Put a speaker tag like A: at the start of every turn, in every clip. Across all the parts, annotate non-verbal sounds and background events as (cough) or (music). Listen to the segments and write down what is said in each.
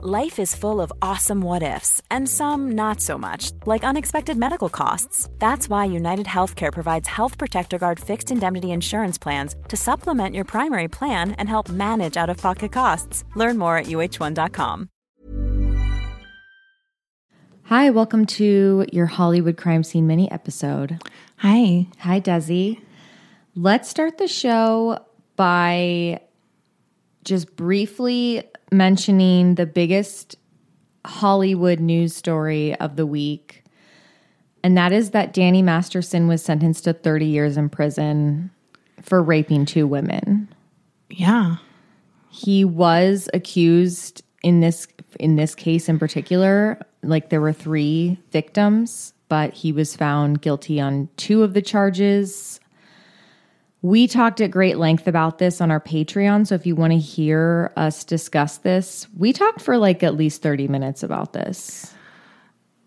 A: Life is full of awesome what ifs, and some not so much, like unexpected medical costs. That's why United Healthcare provides Health Protector Guard fixed indemnity insurance plans to supplement your primary plan and help manage out of pocket costs. Learn more at uh1.com.
B: Hi, welcome to your Hollywood crime scene mini episode.
C: Hi.
B: Hi, Desi. Let's start the show by just briefly mentioning the biggest Hollywood news story of the week. And that is that Danny Masterson was sentenced to 30 years in prison for raping two women.
C: Yeah.
B: He was accused in this in this case in particular, like there were 3 victims, but he was found guilty on two of the charges. We talked at great length about this on our Patreon. So if you want to hear us discuss this, we talked for like at least 30 minutes about this.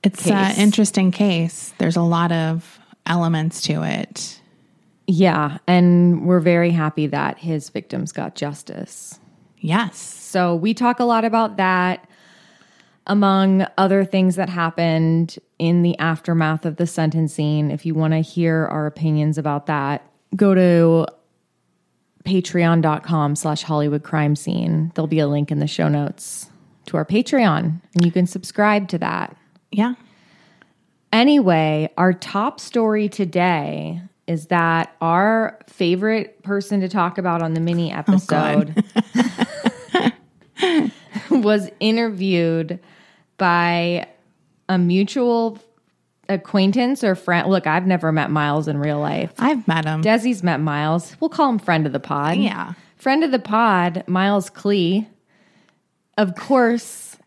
C: It's an
B: Case.
C: interesting case. There's a lot of elements to it.
B: Yeah. And we're very happy that his victims got justice.
C: Yes.
B: So we talk a lot about that, among other things that happened in the aftermath of the sentencing. If you want to hear our opinions about that, go to patreon.com slash Hollywood crime scene. There'll be a link in the show notes to our Patreon, and you can subscribe to that.
C: Yeah.
B: Anyway, our top story today is that our favorite person to talk about on the mini episode (laughs) was interviewed by a mutual acquaintance or friend. Look, I've never met Miles in real life.
C: I've met him.
B: Desi's met Miles. We'll call him friend of the pod.
C: Yeah.
B: Friend of the pod, Miles Klee. Of course,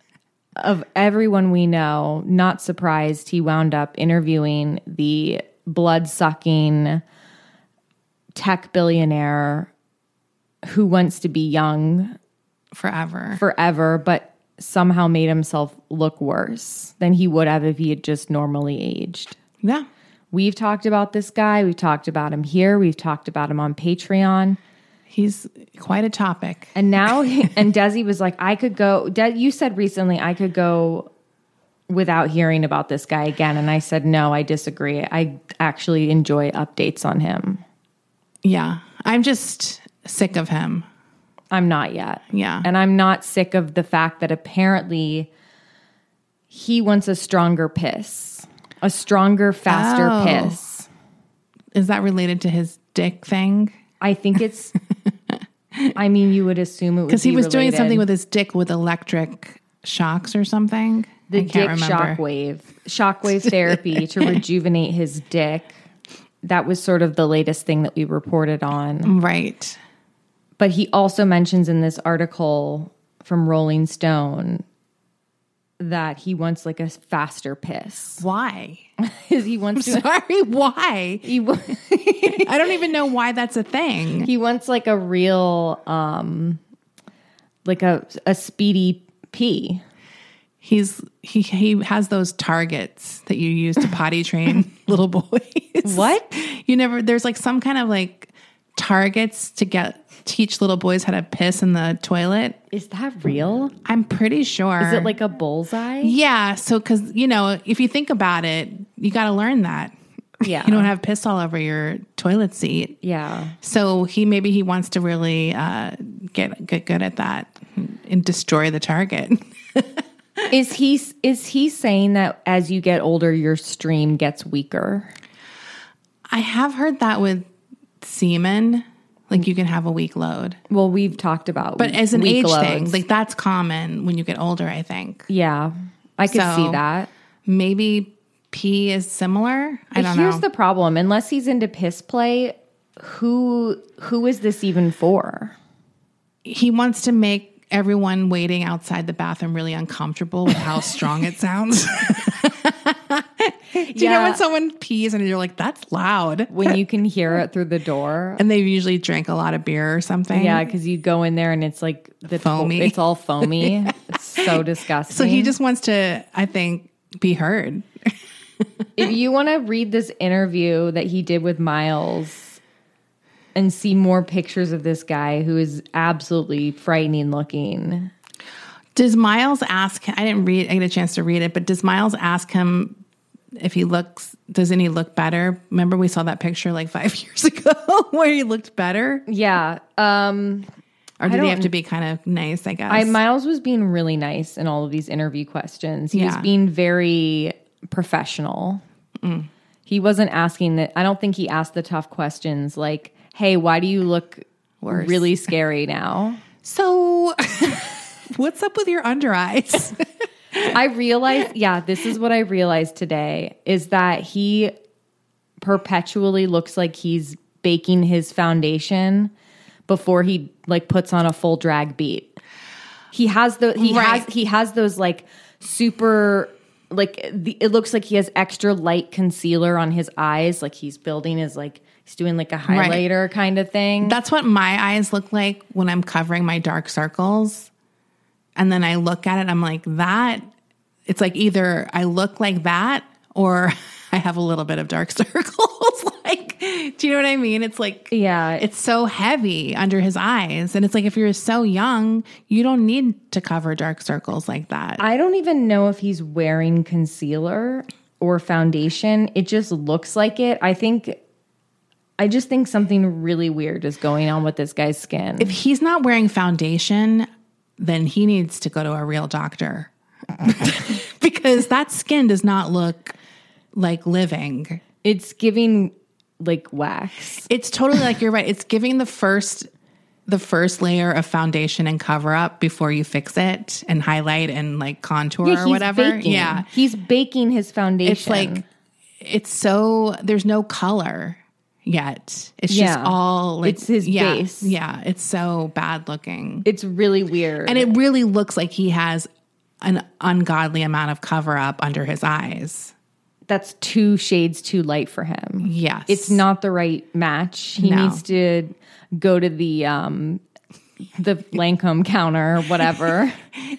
B: of everyone we know, not surprised he wound up interviewing the blood sucking tech billionaire who wants to be young
C: Forever.
B: forever, but somehow made himself look worse than he would have if he had just normally aged.
C: yeah.
B: We've talked about this guy. We've talked about him here. We've talked about him on Patreon.
C: He's quite a topic.
B: And now, (laughs) and Desi was like, I could go. De- you said recently I could go without hearing about this guy again. And I said, no, I disagree. I actually enjoy updates on him.
C: Yeah. I'm just sick of him.
B: I'm not yet.
C: Yeah.
B: And I'm not sick of the fact that apparently he wants a stronger piss, a stronger, faster
C: Oh.
B: piss.
C: Is that related to his dick thing?
B: I think it's. (laughs) I mean, you would assume it would
C: Because he
B: be
C: was doing
B: related.
C: something with his dick with electric shocks or something.
B: the
C: I
B: dick
C: can't remember.
B: shockwave, shockwave therapy to rejuvenate his dick. That was sort of the latest thing that we reported on.
C: Right.
B: But he also mentions in this article from Rolling Stone that he wants like a faster piss. (laughs)
C: Why?
B: 'Cause he wants to.
C: (laughs) Sorry, why?
B: He, wa-
C: I don't even know why that's a thing.
B: he wants like a real, um, like a a speedy pee.
C: He's he he has those targets that you use to potty
B: (laughs)
C: train little boys.
B: What?
C: You never there's like some kind of like targets to get teach little boys how to piss in the toilet.
B: Is that real?
C: I'm pretty sure.
B: Is it like a bullseye?
C: Yeah, so cuz you know, if you think about it, you got to learn that.
B: Yeah.
C: You don't have piss all over your toilet seat.
B: Yeah.
C: So he maybe he wants to really uh, get get good at that and destroy the target.
B: Is he is he saying that as you get older, your stream gets weaker?
C: I have heard that with semen, like you can have a weak load,
B: Well, we've talked about,
C: but as an
B: weak
C: age
B: loads.
C: thing, like that's common when you get older. I think
B: yeah, I could
C: So,
B: see that.
C: maybe pee is similar.
B: But
C: I don't
B: here's
C: know.
B: the problem: unless he's into piss play, who who is this even for?
C: he wants to make everyone waiting outside the bathroom really uncomfortable
B: (laughs)
C: with how strong it sounds. Do you know when someone pees and you're like, "That's loud,"
B: when you can hear it through the
C: (laughs)
B: door?
C: and they've usually drank a lot of beer or something?
B: Yeah, because you go in there and it's like the to-
C: Foamy.
B: it's all
C: (laughs)
B: foamy. It's so disgusting.
C: So he just wants to, I think, be heard.
B: if you want to read this interview that he did with Miles and see more pictures of this guy who is absolutely frightening looking,
C: Does Miles ask? I didn't read. I get a chance to read it, but does Miles ask him if he looks? Doesn't he look better? Remember, we saw that picture like five (laughs) years ago where he looked better,
B: Yeah. Um,
C: or did he
B: don't-
C: have to be kind of nice? I guess.
B: I, Miles was being really nice in all of these interview questions. He was
C: Yeah.
B: being very professional. Mm. He wasn't asking that. I don't think he asked the tough questions like, hey, why do you look really scary now?
C: so, (laughs) what's up with your under eyes?
B: (laughs) I realized, yeah, this is what I realized today is that he perpetually looks like he's baking his foundation before he like puts on a full drag beat. He has the he
C: Right.
B: has he has those like super like the, it looks like he has extra light concealer on his eyes like he's building his like he's doing like a highlighter kind of thing.
C: That's what my eyes look like when I'm covering my dark circles. And then I look at it, I'm like, that, it's like either I look like that or (laughs) I have a little bit of dark (laughs) circles. like, do you know what I mean? It's like,
B: yeah,
C: it's so heavy under his eyes. And it's like, if you're so young, you don't need to cover dark circles like that.
B: I don't even know if he's wearing concealer or foundation. It just looks like it. I think I just think something really weird is going on with this guy's skin.
C: if he's not wearing foundation, then he needs to go to a real doctor (laughs) because that skin does not look like living.
B: It's giving like wax.
C: It's totally like you're right. It's giving the first the first layer of foundation and cover up before you fix it and highlight and like contour or
B: he's
C: whatever.
B: Baking.
C: Yeah.
B: He's baking his foundation.
C: It's like it's so there's no color yet. It's just
B: Yeah.
C: all like
B: It's his
C: yeah,
B: base.
C: Yeah. It's so bad looking.
B: it's really weird.
C: And it really looks like he has an ungodly amount of cover up under his eyes.
B: That's two shades too light for him.
C: Yes.
B: It's not the right match. He
C: No.
B: needs to go to the um the Lancome counter or
C: (laughs)
B: whatever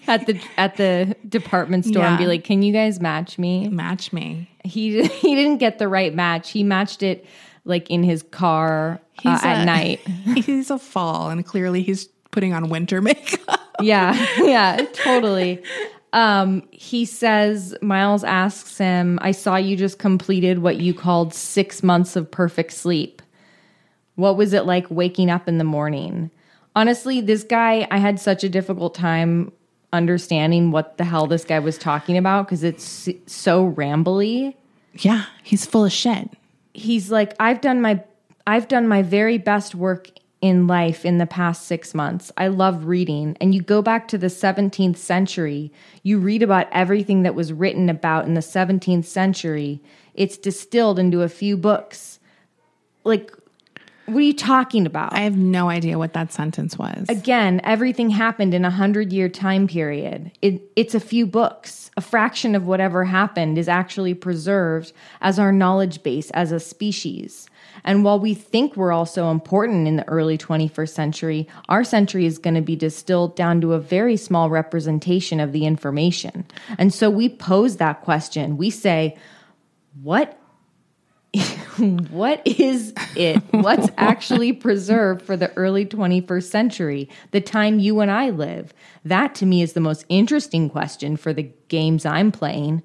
B: at the at the department store and be
C: Yeah.
B: like, "Can you guys match me?"
C: match me.
B: He (laughs) he didn't get the right match. He matched it like in his car uh,
C: He's
B: at
C: a-
B: night.
C: (laughs) He's a fall and clearly he's putting on winter (laughs) makeup.
B: yeah, (laughs) yeah, totally. Um, he says, Miles asks him, I saw you just completed what you called six months of perfect sleep. What was it like waking up in the morning? Honestly, this guy, I had such a difficult time understanding what the hell this guy was talking about because it's s- so rambly
C: Yeah, he's full of shit.
B: he's like i've done my i've done my very best work in life in the past six months i love reading and you go back to the 17th century you read about everything that was written about in the 17th century it's distilled into a few books like what are you talking about
C: I have no idea what that sentence was.
B: Again, everything happened in a hundred year time period. It, it's a few books. A fraction of whatever happened is actually preserved as our knowledge base as a species. And while we think we're all so important in the early 21st century, our century is going to be distilled down to a very small representation of the information. And so we pose that question. We say, what what is it?
C: (laughs)
B: What's actually preserved for the early 21st century, the time you and I live? That to me is the most interesting question for the games I'm playing.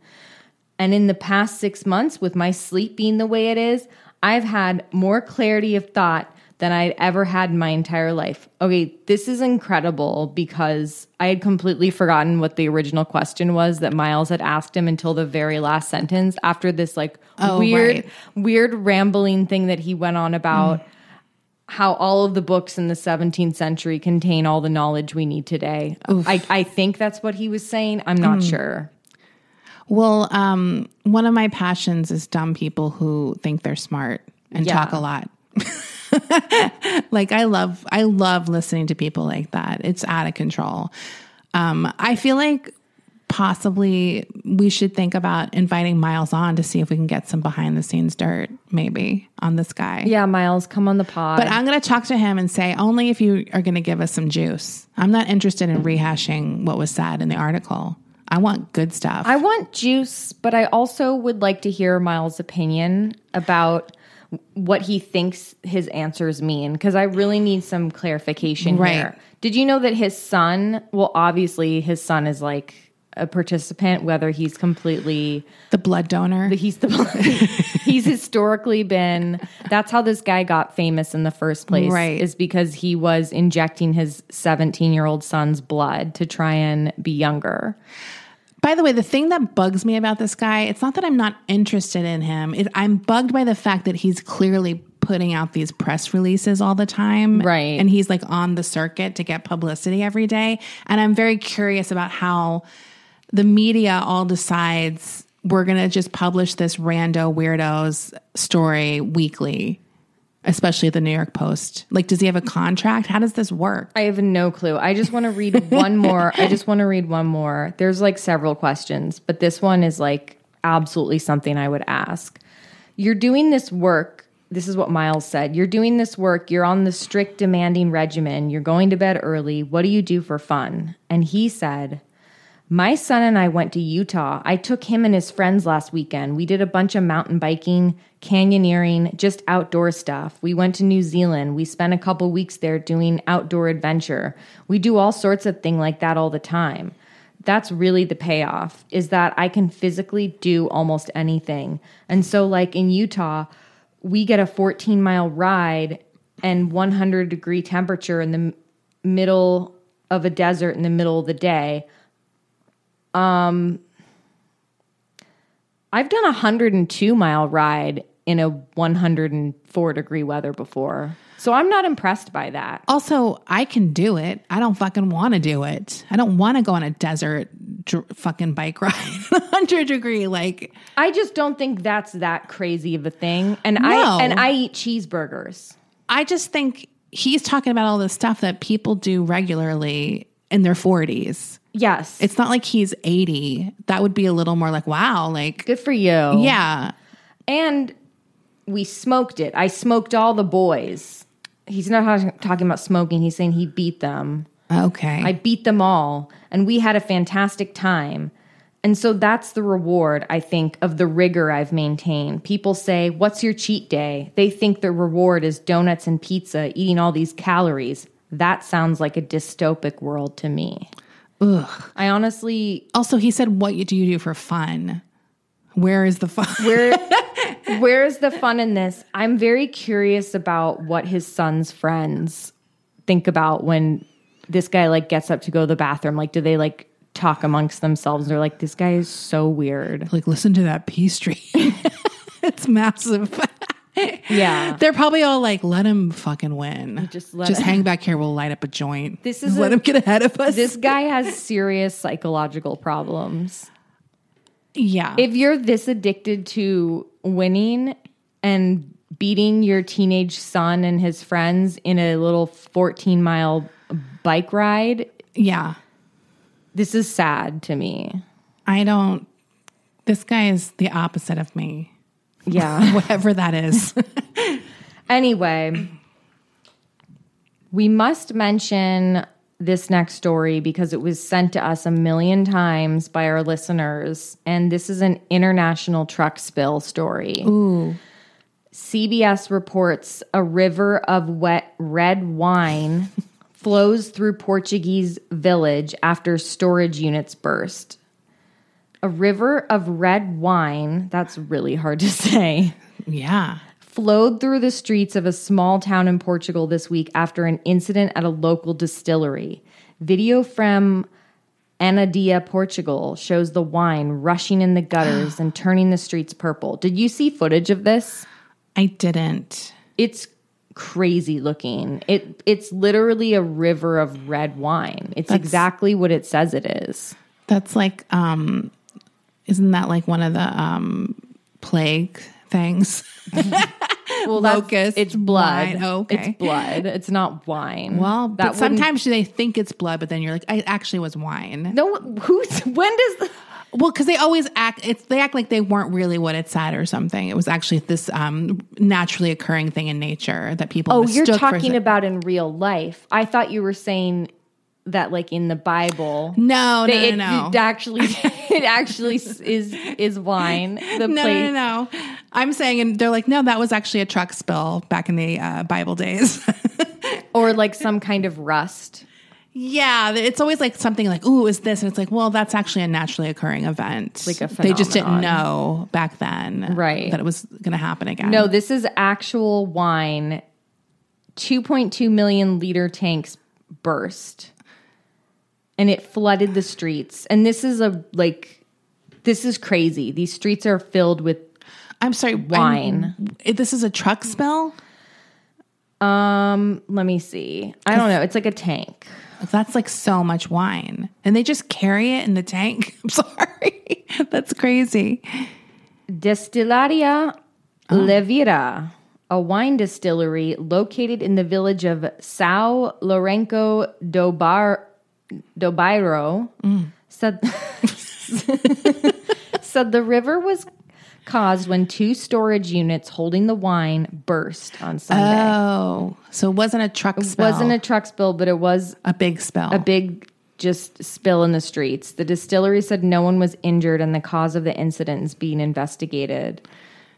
B: And in the past six months, with my sleep being the way it is, I've had more clarity of thought than I'd ever had in my entire life. Okay, this is incredible because I had completely forgotten what the original question was that Miles had asked him until the very last sentence after this like
C: Oh,
B: weird
C: right.
B: weird rambling thing that he went on about how all of the books in the 17th century contain all the knowledge we need today. I, I think that's what he was saying. I'm not sure.
C: well, um, one of my passions is dumb people who think they're smart and
B: Yeah.
C: talk a lot. (laughs) like I love I love listening to people like that. It's out of control. Um, I feel like possibly we should think about inviting Miles on to see if we can get some behind the scenes dirt, maybe on this guy.
B: Yeah, Miles, come on the pod.
C: But I'm going to talk to him and say only if you are going to give us some juice. I'm not interested in rehashing what was said in the article. I want good stuff.
B: I want juice, but I also would like to hear Miles' opinion about what he thinks his answers mean because I really need some clarification
C: Right.
B: here. Did you know that his son, well, obviously his son is like a participant, whether he's completely
C: The blood donor.
B: he's the (laughs) he's historically been that's how this guy got famous in the first place
C: Right.
B: is because he was injecting his 17 year old son's blood to try and be younger
C: By the way, the thing that bugs me about this guy, it's not that I'm not interested in him. It, I'm bugged by the fact that he's clearly putting out these press releases all the time.
B: Right.
C: And he's like on the circuit to get publicity every day. And I'm very curious about how the media all decides we're going to just publish this rando weirdo's story weekly, especially the New York Post. Like, does he have a contract? How does this work?
B: I have no clue. I just want to read one more. I just want to read one more. There's like several questions, but this one is like absolutely something I would ask. You're doing this work. This is what Miles said. You're doing this work. You're on the strict demanding regimen. You're going to bed early. What do you do for fun? And he said, my son and I went to Utah. I took him and his friends last weekend. We did a bunch of mountain biking, canyoneering, just outdoor stuff. We went to New Zealand. We spent a couple weeks there doing outdoor adventure. We do all sorts of thing like that all the time. That's really the payoff is that I can physically do almost anything. And so like in Utah, we get a 14 mile ride and 100 degree temperature in the m- middle of a desert in the middle of the day. I've done a 102 mile ride in a 104 degree weather before. So I'm not impressed by that.
C: Also, I can do it. I don't fucking want to do it. I don't want to go on a desert dr- fucking bike (laughs) ride, hundred degree. Like,
B: I just don't think that's that crazy of a thing. And
C: No.
B: I and I eat cheeseburgers.
C: I just think he's talking about all this stuff that people do regularly in their forties.
B: Yes. It's
C: It's not like he's eighty. That would be a little more like, wow, like,
B: good for you.
C: yeah,
B: And we smoked it. I smoked all the boys. He's not ha- talking about smoking. He's saying he beat them.
C: okay.
B: I beat them all, and we had a fantastic time. And so that's the reward, I think, of the rigor I've maintained. People say, What's your cheat day? They think the reward is donuts and pizza, eating all these calories. That sounds like a dystopic world to me. Ugh. I honestly,
C: also, he said, "What you- do you do for fun? Where is the fun?"
B: where, where is the fun in this? I'm very curious about what his son's friends think about when this guy like gets up to go to the bathroom. Like, do they like talk amongst themselves? They're like, this guy is so weird.
C: (laughs) like, listen to that pea street. (laughs) it's massive.
B: Yeah.
C: They're probably all like, let him fucking win.
B: Just let
C: just
B: him-
C: hang back here. We'll light up a joint. (laughs)
B: This is
C: let
B: a-
C: him get ahead of us.
B: This guy has serious psychological problems.
C: yeah.
B: If you're this addicted to winning and beating your teenage son and his friends in a little 14 mile bike ride,
C: yeah.
B: this is sad to me.
C: I don't. This guy is the opposite of me, (laughs)
B: Yeah.
C: whatever
B: (laughs)
C: that is.
B: anyway, we must mention this next story because it was sent to us a million times by our listeners. And this is an international truck spill story. CBS reports a river of wet red wine (laughs) flows through Portuguese village after storage units burst. A river of red wine, that's really hard to (laughs) say
C: yeah.
B: flowed through the streets of a small town in Portugal this week after an incident at a local distillery. Video from Anadia, Portugal shows the wine rushing in the gutters and turning the streets purple. Did you see footage of this?
C: I didn't.
B: It's crazy looking. It it's literally a river of red wine. It's exactly what it says it is.
C: That's like, um, isn't that like one of the um, plague things? (laughs)
B: Well,
C: Locust,
B: it's blood.
C: wine. Oh, okay.
B: It's blood. It's not wine.
C: Well, but
B: wouldn't-
C: sometimes they think it's blood, but then you're like, I actually was wine.
B: no. Who's when does
C: Well, because they always act, it's they act like they weren't really what it said or something. It was actually this um, naturally occurring thing in nature that people.
B: Oh, you're
C: mistook for
B: talking
C: some-
B: about in real life. I thought you were saying that, like in the Bible.
C: No,
B: that
C: no,
B: it, (laughs)
C: no, no.
B: it actually, it actually is is wine. The
C: no,
B: place.
C: no, no, no. I'm saying, and they're like, no, that was actually a truck spill back in the uh, Bible days. (laughs)
B: or like some kind of rust.
C: yeah, it's always like something like, ooh, is this? And it's like, well, that's actually a naturally occurring event.
B: Like a
C: they just didn't
B: phenomenon.
C: know back then,
B: Right.
C: that it was going to happen again.
B: No, this is actual wine. 2.2 million liter tanks burst and it flooded the streets. And this is a like, this is crazy. These streets are filled with
C: I'm sorry, I'm-
B: Wine.
C: it- this is a truck spill.
B: um let me see i don't know it's like a tank
C: That's like so much wine, and they just carry it in the tank. (laughs) I'm sorry, that's crazy.
B: destillaria levira a wine distillery located in the village of sao lorenco do bar do bairo said (laughs) said the river was caused when two storage units holding the wine burst on sunday
C: Oh, so it wasn't a truck spill.
B: wasn't a truck spill but it was
C: a big spill.
B: a big just spill in the streets. The distillery said no one was injured and the cause of the incident is being investigated.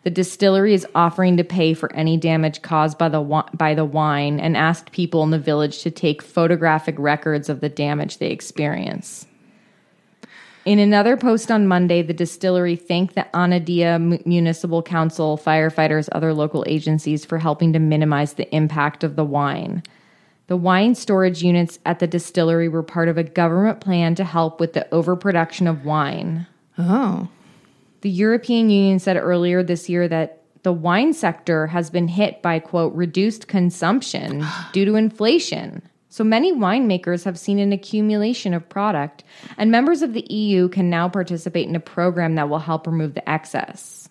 B: The distillery is offering to pay for any damage caused by the wi- by the wine and asked people in the village to take photographic records of the damage they experience. In another post on Monday, the distillery thanked the Anadia M- Municipal Council, firefighters, other local agencies for helping to minimize the impact of the wine. The wine storage units at the distillery were part of a government plan to help with the overproduction of wine.
C: oh,
B: The European Union said earlier this year that the wine sector has been hit by, quote, reduced (gasps) consumption due to inflation. So many winemakers have seen an accumulation of product, and members of the EU can now participate in a program that will help remove the excess.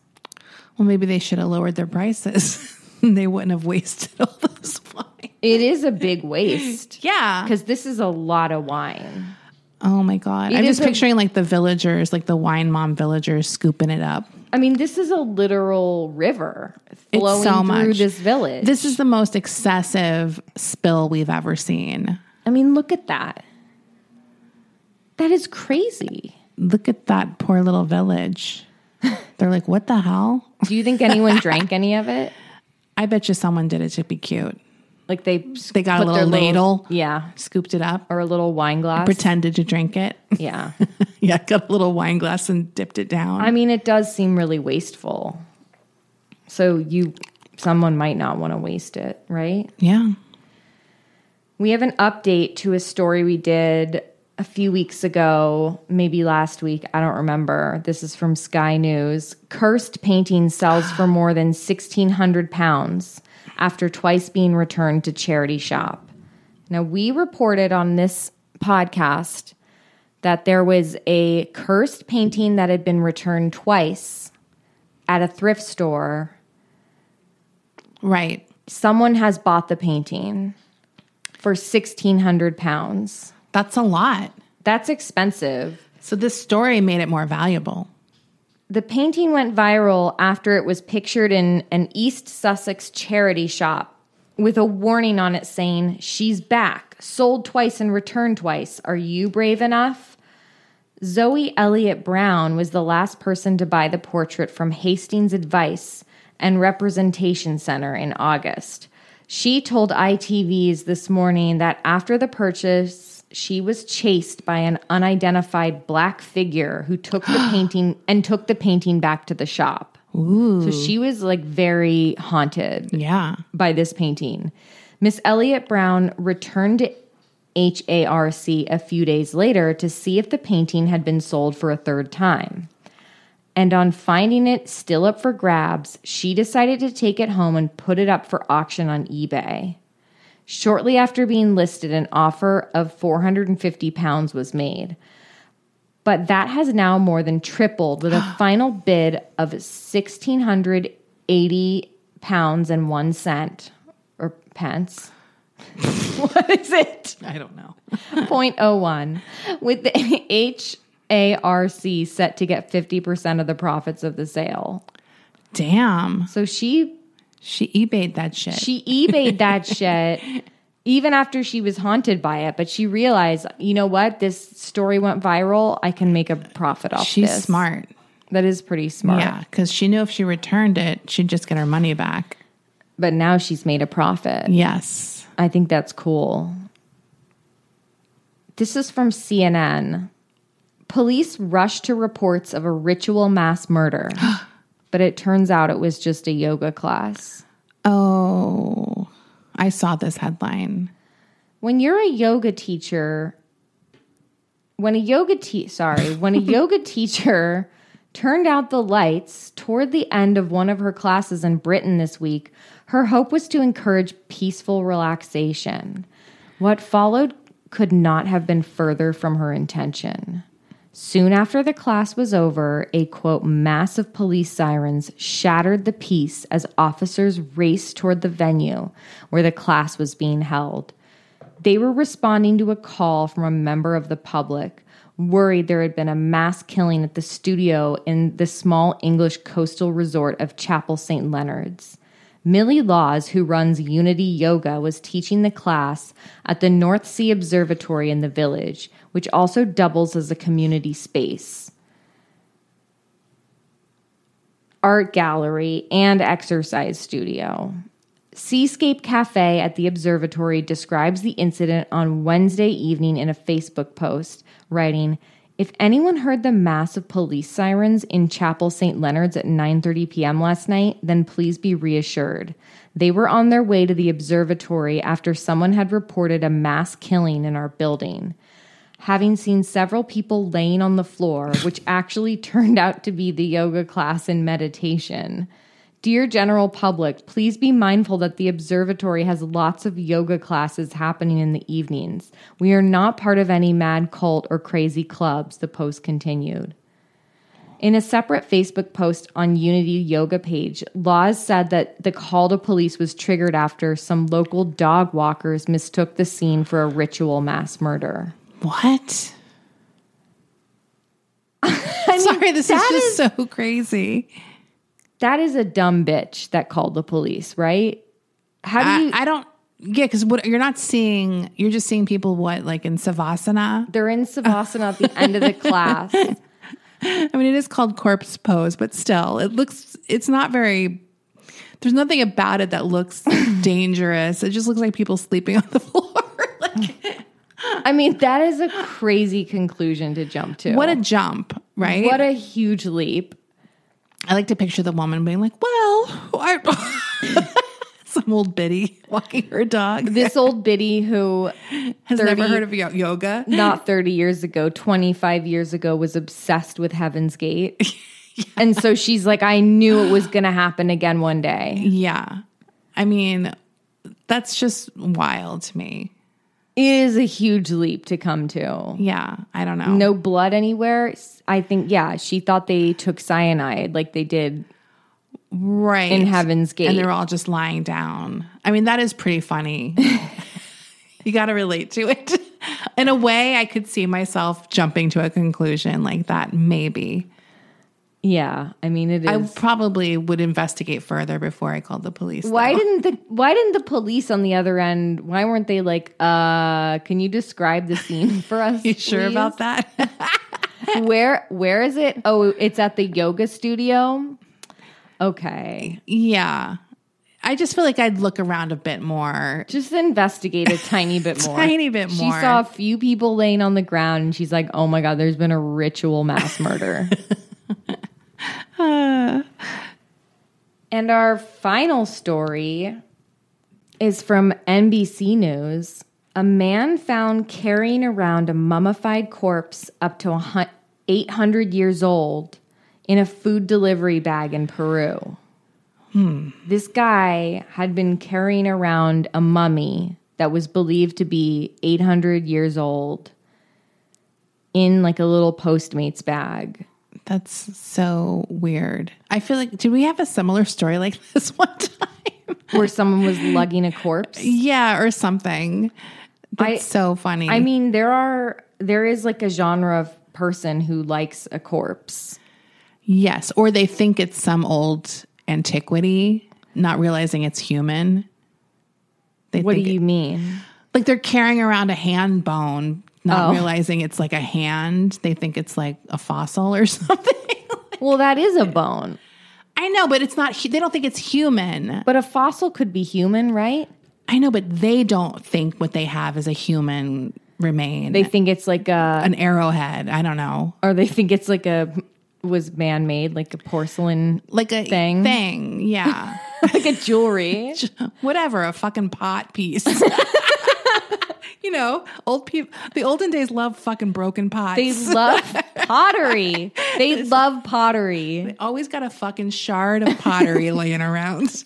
C: well, maybe they should have lowered their prices. (laughs) they wouldn't have wasted (laughs) all this wine.
B: It is a (laughs) big waste
C: Yeah.
B: because this is a lot of wine.
C: Oh my god. I'm
B: is
C: just
B: a-
C: picturing like the villagers, like the wine mom villagers scooping it up.
B: I mean, this is a literal river flowing
C: so
B: through
C: much.
B: this village.
C: This is the most excessive spill we've ever seen.
B: I mean, look at that. That is crazy.
C: Look at that poor little village. They're like, "What the hell?"
B: Do you think
C: (laughs)
B: anyone drank any of it?
C: I bet you someone did it to be cute.
B: Like they
C: They got
B: put
C: a
B: their
C: little ladle,
B: yeah,
C: scooped it up,
B: or a little wine glass.
C: pretended to drink it. (laughs)
B: yeah,
C: yeah, got a little wine glass and dipped it down.
B: I mean, it does seem really wasteful. So you, someone might not want to waste it, right?
C: yeah.
B: We have an update to a story we did a few weeks ago, maybe last week. I don't remember. This is from Sky News. Cursed painting sells for more than 1,600 pounds after twice being returned to charity shop. Now, we reported on this podcast that there was a cursed painting that had been returned twice at a thrift store.
C: Right.
B: Someone has bought the painting for 1,600 pounds.
C: That's a lot.
B: That's expensive.
C: So this story made it more valuable.
B: The painting went viral after it was pictured in an East Sussex charity shop with a warning on it saying, She's back, sold twice and returned twice. Are you brave enough? Zoe Elliott Brown was the last person to buy the portrait from Hastings Advice and Representation Center in August. She told ITV's this morning that after the purchase, she was chased by an unidentified black figure who took the painting and took the painting back to the shop. So she was like very haunted
C: Yeah.
B: by this painting. Miss Elliot Brown returned to HARC a few days later to see if the painting had been sold for a third time. And on finding it still up for grabs, she decided to take it home and put it up for auction on eBay. Shortly after being listed, an offer of 450 pounds was made. But that has now more than tripled with
C: (gasps)
B: a final bid of 1680 pounds and 1 cent or pence. (laughs) what is it?
C: I don't know.
B: 0.01 with the HARC set to get 50% of the profits of the sale.
C: Damn.
B: So she
C: She eBayed that shit.
B: she eBayed
C: (laughs)
B: that shit even after she was haunted by it, but she realized, you know what? This story went viral. I can make a profit off
C: She's
B: this.
C: smart.
B: That is pretty smart.
C: Yeah, because she knew if she returned it, she'd just get her money back.
B: But now she's made a profit.
C: Yes.
B: I think that's cool. This is from CNN. Police rushed to reports of a ritual mass murder, but it turns out it was just a yoga class.
C: Oh, I saw this headline.
B: When you're a yoga teacher, when a yoga te- sorry, when a yoga teacher turned out the lights toward the end of one of her classes in Britain this week, her hope was to encourage peaceful relaxation. What followed could not have been further from her intention. Soon after the class was over, a quote, mass of police sirens shattered the peace as officers raced toward the venue where the class was being held. They were responding to a call from a member of the public, worried there had been a mass killing at the studio in the small English coastal resort of Chapel St. Leonard's. Millie Laws, who runs Unity Yoga, was teaching the class at the North Sea Observatory in the village, which also doubles as a community space art gallery, and exercise studio. Seascape Cafe at the observatory describes the incident on Wednesday evening in a Facebook post, writing, "If anyone heard the mass of police sirens in Chapel St. Leonard's at 9:30 p.m. last night, then please be reassured. They were on their way to the observatory after someone had reported a mass killing in our building." having seen several people laying on the floor, which actually turned out to be the yoga class and meditation. Dear general public, please be mindful that the observatory has lots of yoga classes happening in the evenings. We are not part of any mad cult or crazy clubs, the post continued. In a separate Facebook post on Unity Yoga page, Laws said that the call to police was triggered after some local dog walkers mistook the scene for a ritual mass murder.
C: What? Sorry, this is
B: that
C: just so crazy.
B: That is a dumb bitch that called the police, right? How do
C: I,
B: you?
C: I don't. Yeah, because what you're not seeing, you're just seeing people what like in savasana.
B: they're in Savasana at the end of
C: (laughs)
B: the class.
C: I mean, it is called corpse pose, but still, it looks. It's not very. There's nothing about it
B: (laughs)
C: that looks dangerous. It just looks like people sleeping (laughs) on the floor. like,
B: I mean, that is a crazy conclusion to jump to.
C: what a jump, right?
B: what a huge leap.
C: I like to picture the woman being like,
B: (laughs)
C: "Well, I, some old biddy walking her dog
B: This old biddy who
C: has
B: 30
C: never heard of yo- yoga."
B: not 30 years ago, 25 years ago was obsessed with Heaven's Gate.
C: (laughs)
B: And so she's like, I knew it was going to happen again one day.
C: Yeah, I mean, that's just wild to me.
B: It is a huge leap to come to.
C: Yeah, I don't know.
B: no blood anywhere. I think, yeah, she thought they took cyanide like they did
C: right
B: in Heaven's Gate.
C: and they're all just lying down. I mean, that is
B: (laughs)
C: pretty funny. you got to relate to it. (laughs) In a way, I could see myself jumping to a conclusion like that. Maybe
B: yeah, I mean, it is.
C: I probably would investigate further before I called the police.
B: why
C: though.
B: didn't the why didn't the police on the other end why weren't they like uh can you describe the scene
C: (laughs)
B: for us
C: you sure
B: please?
C: about that? (laughs)
B: where where is it oh it's at the yoga studio okay
C: Yeah. I just feel like I'd look around a bit more.
B: just investigate a tiny
C: (laughs)
B: bit more
C: Tiny bit more.
B: she saw a few people laying on the ground and she's like oh my god there's been a ritual mass
C: (laughs)
B: murder (laughs) And our final story is from NBC News. A man found carrying around a mummified corpse up to a hun- 800 years old in a food delivery bag in Peru. This guy had been carrying around a mummy that was believed to be 800 years old in like a little Postmates bag.
C: That's so weird. I feel like, did we have a similar story like (laughs) this one time? (laughs)
B: Where someone (laughs) was lugging a corpse.
C: yeah, or something. That's
B: I-
C: so funny.
B: I mean, there are there is like a genre of person who likes a corpse.
C: yes. Or they think it's some old antiquity, not realizing it's human. They
B: What do
C: think
B: you
C: it-
B: mean?
C: like they're carrying around a hand bone, not
B: Oh.
C: realizing it's like a hand. They think it's like a fossil or (laughs) something.
B: Well, that is a bone.
C: I know, but it's not, hu- they don't think it's human.
B: But a fossil could be human, right?
C: I know, but they don't think what they have is a human remain.
B: They think it's like a,
C: an arrowhead. I don't know.
B: or they think it's like a, was man made, like a porcelain,
C: Like a
B: Thing?
C: Thing. Yeah.
B: (laughs) like a (laughs) jewelry.
C: (laughs) Whatever. A fucking pot piece. (laughs) you know, old people, the olden days love fucking broken pots.
B: They love pottery. They love pottery.
C: always got a fucking shard of (laughs) pottery laying around.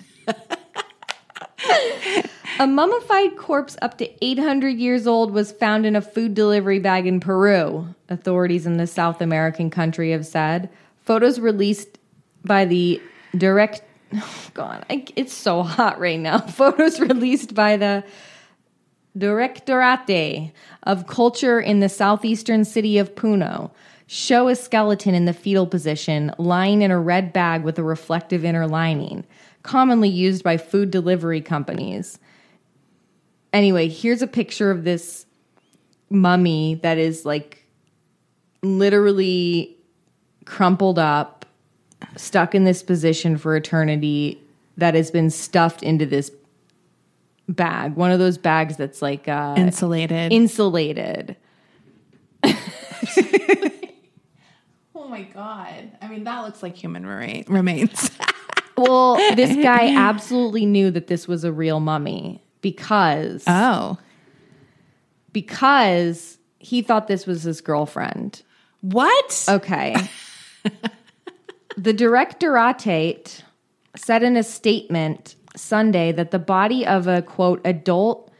B: A mummified corpse up to 800 years old was found in a food delivery bag in Peru, authorities in the South American country have said. Photos released by the direct. Oh, God, I, it's so hot right now. (laughs) Photos released by the Directorate of Culture in the southeastern city of Puno show a skeleton in the fetal position, lying in a red bag with a reflective inner lining, commonly used by food delivery companies. Anyway, here's a picture of this mummy that is like literally crumpled up, stuck in this position for eternity, that has been stuffed into this bag, one of those bags that's like uh,
C: Insulated.
B: insulated.
C: oh my God. I mean, that looks like human rema- remains. (laughs)
B: Well, this guy absolutely knew that this was a real mummy because
C: Oh.
B: because he thought this was his girlfriend.
C: What?
B: Okay. the directorate said in a statement Sunday that the body of a quote adult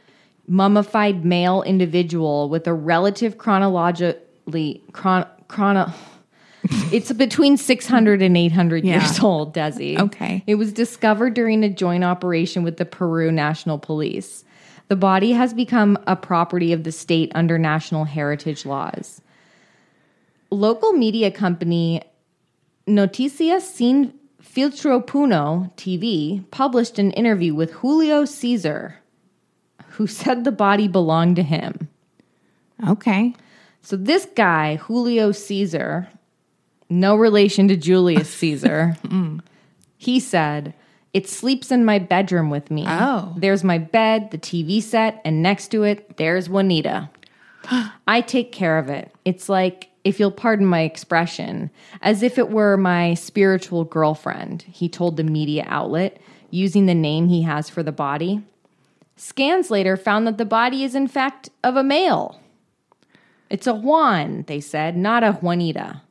B: mummified male individual with a relative chronologically chron, chrono (laughs) it's between 600 and 800 years old, Desi.
C: Okay.
B: It was discovered during a joint operation with the Peru National Police. The body has become a property of the state under national heritage laws local media company Noticias Sin Filtro Puno TV published an interview with Julio Caesar, who said the body belonged to him.
C: Okay.
B: So this guy, Julio Caesar, no relation to Julius Caesar, he said, It sleeps in my bedroom with me.
C: Oh.
B: There's my bed, the TV set, and next to it, there's
C: (gasps)
B: Juanita. I take care of it. It's like, if you'll pardon my expression, as if it were my spiritual girlfriend, he told the media outlet, using the name he has for the body. Scans later found that the body is, in fact, of a male. It's a Juan, they said, not a
C: (laughs)
B: Juanita.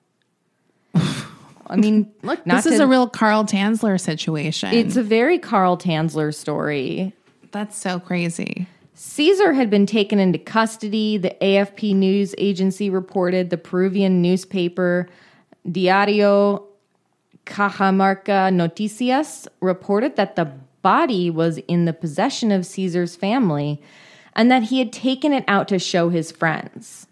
B: I mean, look, not
C: this is
B: to-
C: a real Carl Tansler situation.
B: It's a very Carl Tansler story.
C: That's so crazy.
B: Caesar had been taken into custody, the AFP news agency reported. The Peruvian newspaper Diario Cajamarca Noticias reported that the body was in the possession of Caesar's family and that he had taken it out to show his friends.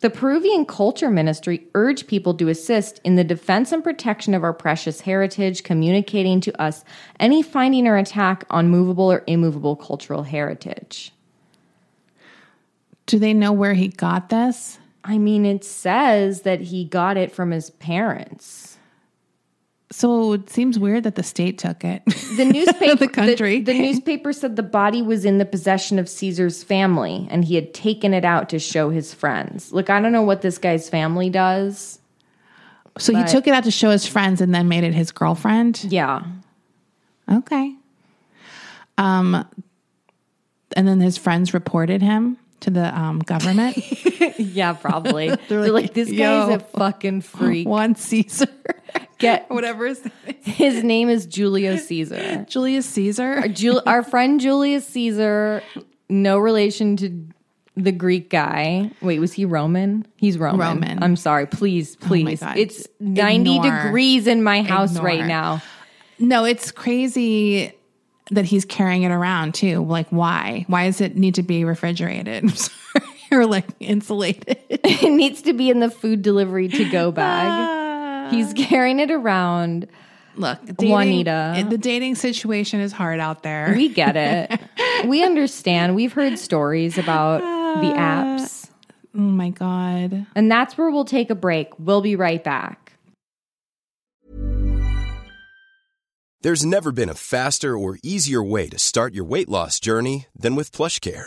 B: The Peruvian Culture Ministry urged people to assist in the defense and protection of our precious heritage, communicating to us any finding or attack on movable or immovable cultural heritage.
C: Do they know where he got this?
B: I mean, it says that he got it from his parents.
C: So it seems weird that the state took (laughs) it.
B: (laughs) The newspaper,
C: The country.
B: the newspaper said the body was in the possession of Caesar's family, and he had taken it out to show his friends. Look, I don't know what this guy's family does.
C: so he took it out to show his friends and then made it his girlfriend.
B: Yeah,
C: Okay. Um, and then his friends reported him to the um, (laughs) government.
B: yeah, probably. (laughs) They're like,
C: like,
B: this
C: "Yo."
B: guy's a fucking
C: (laughs)
B: freak.
C: Juan Caesar,
B: Get
C: whatever his name is.
B: His name is Julio
C: (laughs)
B: Caesar.
C: Julius Caesar.
B: Jul- our friend Julius Caesar, no relation to the Greek guy. Wait, was he Roman? He's Roman.
C: Roman. Oh
B: I'm sorry. Please, please.
C: God.
B: it's 90
C: Ignore.
B: degrees in my house
C: Ignore.
B: right now.
C: No, it's crazy that he's carrying it around too. Like, why? Why does it need to be refrigerated? (laughs) I'm sorry. Or like (laughs) insulated.
B: it needs to be in the food delivery to go
C: (laughs)
B: bag.
C: Uh,
B: He's carrying it around.
C: Look, dating,
B: Juanita.
C: The dating situation is hard out there.
B: We get
C: (laughs)
B: it. we understand. We've heard stories about the apps.
C: oh my god.
B: And that's where we'll take a break. We'll be right back.
D: There's never been a faster or easier way to start your weight loss journey than with PlushCare.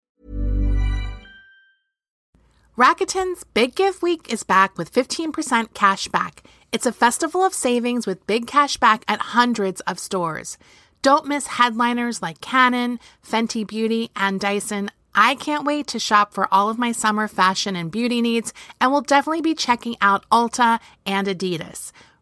E: Rakuten's Big Give Week is back with 15% cash back. It's a festival of savings with big cash back at hundreds of stores. Don't miss headliners like Canon, Fenty Beauty, and Dyson. I can't wait to shop for all of my summer fashion and beauty needs, and will definitely be checking out Ulta and Adidas.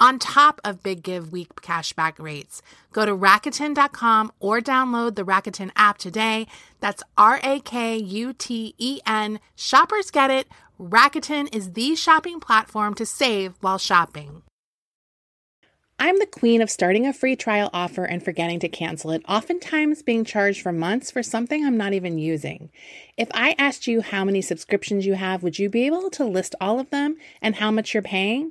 E: on top of Big Give Week cashback rates. Go to Rakuten.com or download the Rakuten app today. That's R A K U T E N. Shoppers get it. Rakuten is the shopping platform to save while shopping. I'm the queen of starting a free trial offer and forgetting to cancel it, oftentimes being charged for months for something I'm not even using. If I asked you how many subscriptions you have, would you be able to list all of them and how much you're paying?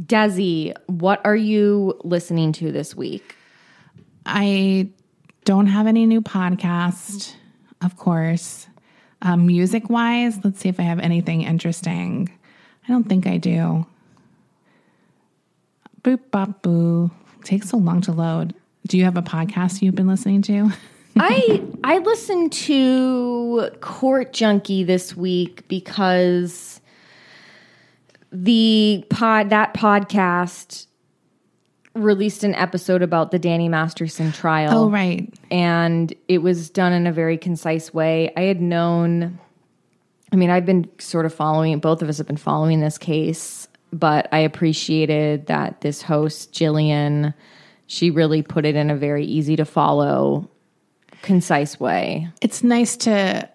B: Desi, what are you listening to this
C: (laughs)
B: week?
C: I don't have any new podcast, of course. Um, music wise, let's see if I have anything interesting. I don't think I do. Boop bop boo. Takes so long to load. Do you have a podcast you've been listening to? (laughs)
B: I I listened to Court Junkie this week because the pod that podcast released an episode about the Danny Masterson trial.
C: Oh, right.
B: and it was done in a very concise way. I had known, I mean, I've been sort of following, both of us have been following this case, but I appreciated that this host, Jillian, she really put it in a very easy to follow, concise way.
C: It's nice to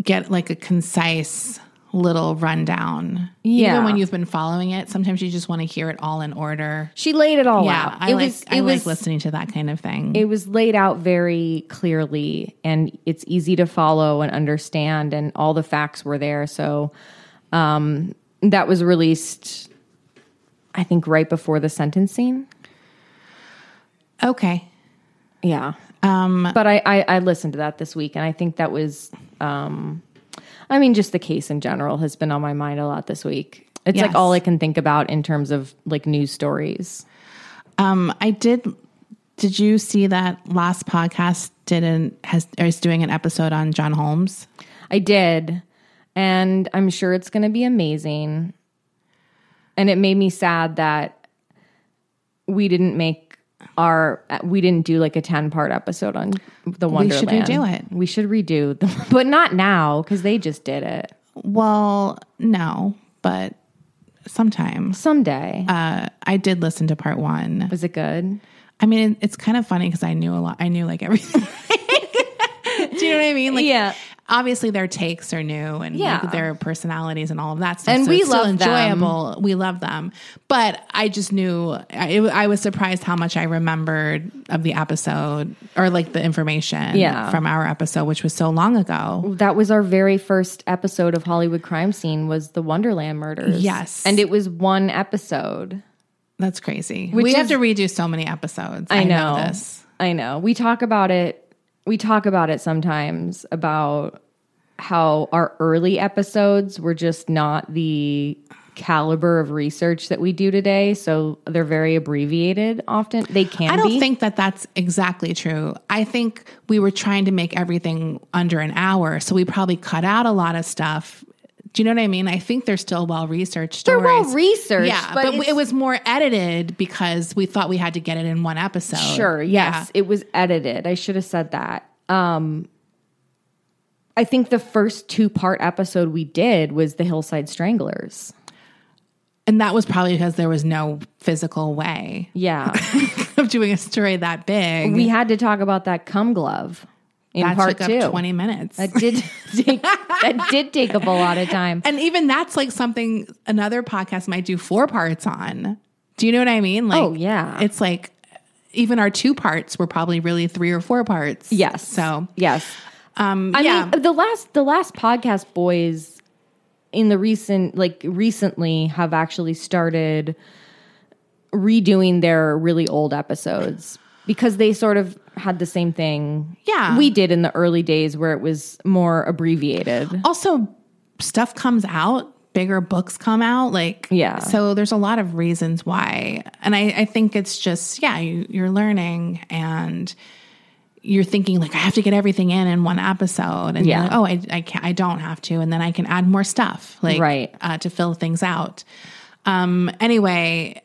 C: get like a concise little rundown.
B: Yeah.
C: Even when you've been following it, sometimes you just want to hear it all in order.
B: She laid it all
C: yeah,
B: out.
C: I
B: it
C: like
B: was,
C: I
B: it
C: like
B: was
C: listening to that kind of thing.
B: it was laid out very clearly and it's easy to follow and understand and all the facts were there so um, that was released i think right before the sentencing
C: okay.
B: yeah Um, but I, I i listened to that this week and i think that was um i mean just the case in general has been on my mind a lot this week it's
C: Yes.
B: like all i can think about in terms of like news stories
C: Um, I did. Did you see that last podcast? Didn't has is doing an episode on John Holmes?
B: I did. And I'm sure it's going to be amazing. And it made me sad that we didn't make our we didn't do like a 10 part episode on the
C: should
B: Wonderland.
C: redo it.
B: We should redo the (laughs) but not now cuz they just did it.
C: Well, no, but sometimes
B: Someday.
C: uh, I did listen to part one.
B: Was it good?
C: I mean, it's kind of funny because I knew a lot. I knew like everything.
E: (laughs) Do you know what I mean? Like,
B: Yeah.
E: Obviously, their takes are new and
B: Yeah.
E: like, their personalities and all of that stuff.
B: And
E: so
B: we
E: it's still
B: love them.
E: enjoyable. We love them, but I just knew I, I was surprised how much I remembered of the episode or like the information
B: Yeah.
E: from our episode, which was so long ago.
B: that was our very first episode of Hollywood Crime Scene was the Wonderland murders.
E: Yes.
B: And it was one episode.
E: That's crazy. we have to redo so many episodes. I, this.
B: I know. We talk about it. We talk about it sometimes about how our early episodes were just not the caliber of research that we do today. So they're very abbreviated often. They can
E: I don't
B: be.
E: think that that's exactly true. I think we were trying to make everything under an hour, so we probably cut out a lot of stuff. Do you know what I mean? I think they're still well researched
B: they're
E: stories.
B: well researched.
E: yeah, but,
B: it's-
E: it was more edited because we thought we had to get it in one episode.
B: Sure. Yes, it was edited. I should have said that. Um, I think the first two part episode we did was the Hillside Stranglers.
E: and that was probably because there was no physical way (laughs)
B: Yeah,
E: of doing a story that big.
B: (laughs) we had to talk about that cum glove in
E: that
B: part
E: took
B: two.
E: up twenty minutes.
B: That
E: (laughs)
B: did take, that did take up a lot of time.
E: and even that's like something another podcast might do four parts on. Do you know what I mean? Like,
B: Oh, yeah.
E: it's like even our two parts were probably really three or four parts.
B: Yes.
E: So
B: yes,
E: um,
B: I
E: yeah,
B: mean the last the last podcast boys in the recent like recently have actually started redoing their really old episodes because they sort of had the same thing
E: Yeah.
B: we did in the early days where it was more abbreviated
E: also stuff comes out, bigger books come out, like
B: Yeah.
E: So there's a lot of reasons why, and I, I think it's just yeah, you, you're learning and. You're thinking like I have to get everything in in one episode, and
B: Yeah.
E: yeah. oh, I I, can't, I don't have to, and then I can add more stuff, like
B: Right.
E: uh, to fill things out. Um, anyway,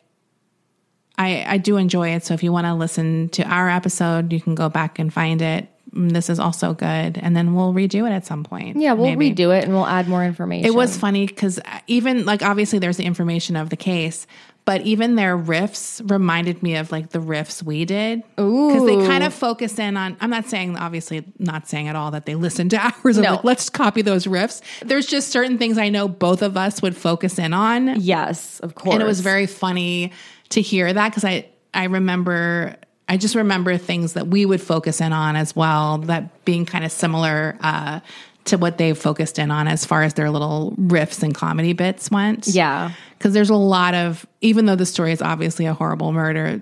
E: I, I do enjoy it. So if you want to listen to our episode, you can go back and find it. Mm, This is also good. And then we'll redo it at some point.
B: yeah we'll
E: maybe.
B: redo it and we'll add more information
E: It was funny because even like obviously there's the information of the case, but even their riffs reminded me of like the riffs we did. Ooh. Because they kind of focus in on, I'm not saying, obviously, not saying at all that they listened to (laughs) ours.
B: No.
E: No. Like, Let's copy those riffs. There's just certain things I know both of us would focus in on.
B: yes of course
E: And it was very funny to hear that because I I remember I just remember things that we would focus in on as well that being kind of similar uh, to what they focused in on as far as their little riffs and comedy bits went.
B: Yeah.
E: because there's a lot of even though the story is obviously a horrible murder.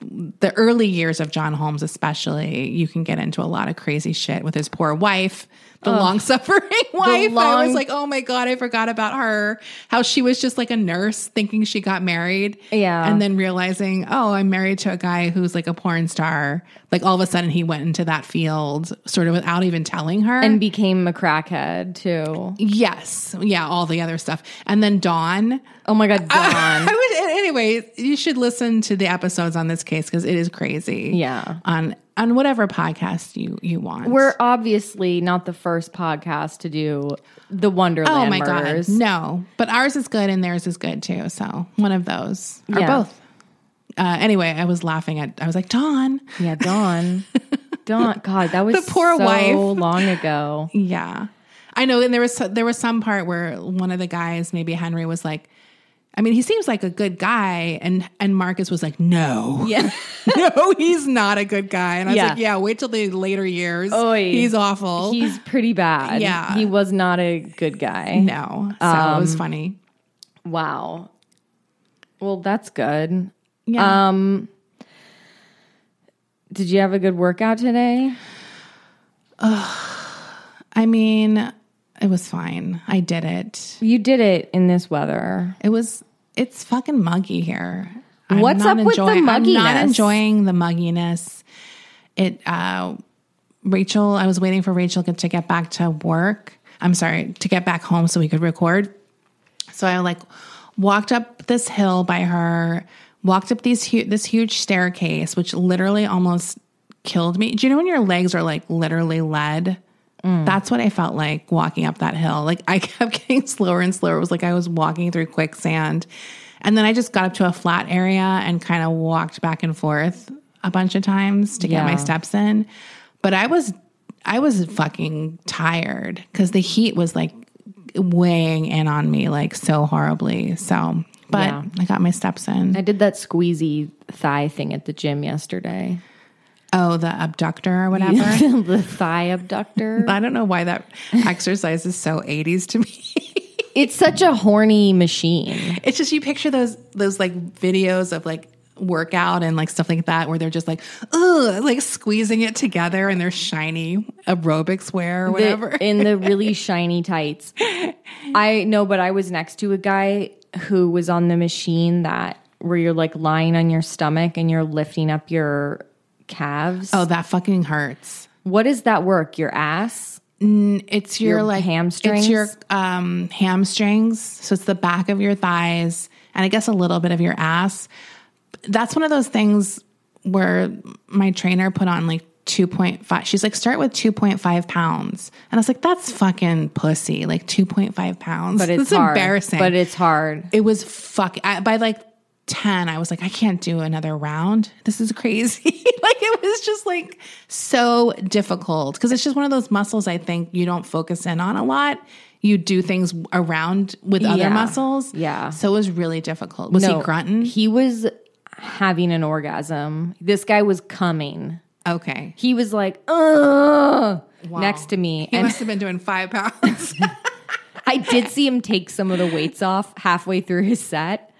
E: The early years of John Holmes, especially, you can get into a lot of crazy shit with his poor wife, the long suffering (laughs) wife. I
B: long-
E: was like, oh my god, I forgot about her. How she was just like a nurse, thinking she got married,
B: Yeah.
E: and then realizing, oh, I'm married to a guy who's like a porn star. Like all of a sudden, he went into that field, sort of without even telling her.
B: and became a crackhead too
E: yes, yeah, all the other stuff, and then Dawn.
B: oh my god
E: I
B: Dawn.
E: would, anyway, you should listen to the episodes on this case because it is crazy.
B: Yeah.
E: on on whatever podcast you you want.
B: We're obviously not the first podcast to do the Wonderland
E: Oh my
B: murders.
E: god, no! But ours is good, and theirs is good too. So one of those or
B: Yeah.
E: both. Uh, anyway, I was laughing at. I was like, Dawn.
B: Yeah, Dawn. Dawn. God, that was
E: The poor
B: so
E: wife.
B: long ago.
E: Yeah, I know. And there was there was some part where one of the guys, maybe Henry, was like, I mean, he seems like a good guy, and and Marcus was like, No,
B: Yeah.
E: (laughs) no, he's not a good guy. And I was
B: Yeah.
E: like, Yeah, wait till the later years.
B: Oy.
E: he's awful.
B: He's pretty bad.
E: Yeah.
B: He was not a good guy.
E: no, so it
B: Um,
E: was funny.
B: Wow. Well, that's good.
E: Yeah.
B: Um Did you have a good workout today?
E: I mean, it was fine. I did it.
B: You did it in this weather.
E: It was. It's fucking muggy here.
B: What's up with the
E: I'm not
B: mugginess?
E: enjoying the mugginess. It. uh Rachel, I was waiting for Rachel get- to get back to work. I'm sorry, to get back home so we could record. So I like walked up this hill by her, walked up these hu- this huge staircase, which literally almost killed me. Do you know when your legs are like literally lead? That's what I felt like walking up that hill. Like I (laughs) kept getting slower and slower. It was like I was walking through quicksand. And then I just got up to a flat area and kind of walked back and forth a bunch of times to get my
B: Yeah.
E: steps in. But I was I was fucking tired because the heat was like weighing in on me like so horribly. So, but
B: Yeah.
E: I got my steps in.
B: I did that squeezy thigh thing at the gym yesterday.
E: oh, the abductor or whatever.
B: (laughs) the thigh abductor.
E: I don't know why that exercise is so 80s to me. (laughs)
B: It's such a horny machine.
E: It's just you picture those those like videos of like workout and like stuff like that where they're just like ugh, like squeezing it together and their shiny aerobics wear or whatever.
B: The- in the really shiny tights. I know, but I was next to a guy who was on the machine that where you're like lying on your stomach and you're lifting up your calves.
E: oh, that fucking hurts.
B: What is that work? Your ass?
E: It's your,
B: Your
E: like
B: hamstrings?
E: It's your um, hamstrings. So it's the back of your thighs and I guess a little bit of your ass. That's one of those things where my trainer put on like 2.5. She's like, start with 2.5 pounds. And I was like, that's fucking pussy. Like 2.5 pounds.
B: But it's
E: That's
B: hard.
E: embarrassing.
B: But it's hard.
E: it was fuck. I, by like 10, I was like, I can't do another round. This is crazy. (laughs) like, it was just like so difficult because it's just one of those muscles I think you don't focus in on a lot. You do things around with other
B: Yeah.
E: muscles.
B: Yeah.
E: So it was really difficult. Was he grunting?
B: He was having an orgasm. This guy was coming.
E: okay.
B: He was like, ugh, next to me.
E: He
B: and
E: must have been doing five pounds.
B: I did see him take some of the weights off halfway through his set.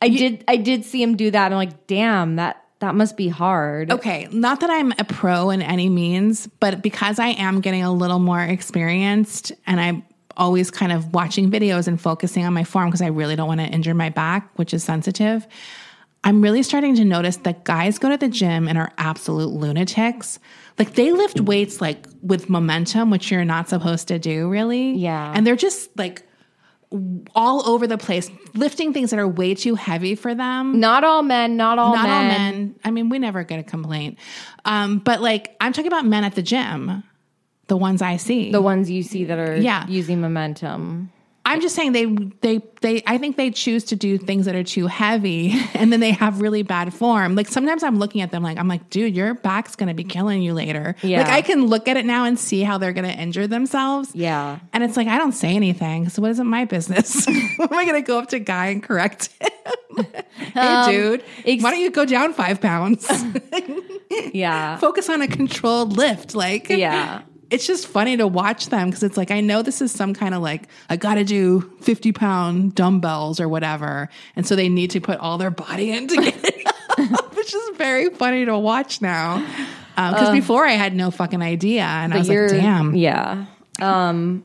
B: I did I did see him do that. I'm like, damn, that that must be hard.
E: Okay, not that I'm a pro in any means, but because I am getting a little more experienced and I'm always kind of watching videos and focusing on my form because I really don't want to injure my back, which is sensitive. I'm really starting to notice that guys go to the gym and are absolute lunatics. Like they lift weights like with momentum, which you're not supposed to do really.
B: Yeah.
E: And they're just like all over the place, lifting things that are way too heavy for them
B: Not all men, not all
E: not
B: men.
E: all men. I mean, we never get a complaint. Um, but like, I'm talking about men at the gym, the ones I see.
B: The ones you see that are
E: Yeah.
B: using momentum.
E: I'm just saying they they they. I think they choose to do things that are too heavy, (laughs) and then they have really bad form. Like sometimes I'm looking at them, like I'm like, dude, your back's gonna be killing you later.
B: Yeah.
E: Like I can look at it now and see how they're gonna injure themselves.
B: Yeah.
E: And it's like I don't say anything, so what is it my business? (laughs) Am I gonna go up to a guy and correct him? (laughs) hey, dude,
B: Um, ex-
E: why don't you go down five pounds? (laughs)
B: (laughs) Yeah.
E: focus on a controlled lift. Like,
B: Yeah.
E: It's just funny to watch them because it's like, I know this is some kind of like, I gotta do 50 pound dumbbells or whatever. And so they need to put all their body in to get it (laughs) up, which is very funny to watch now. Because before I had no fucking idea. And I was like,
B: You're-
E: damn.
B: Yeah. Um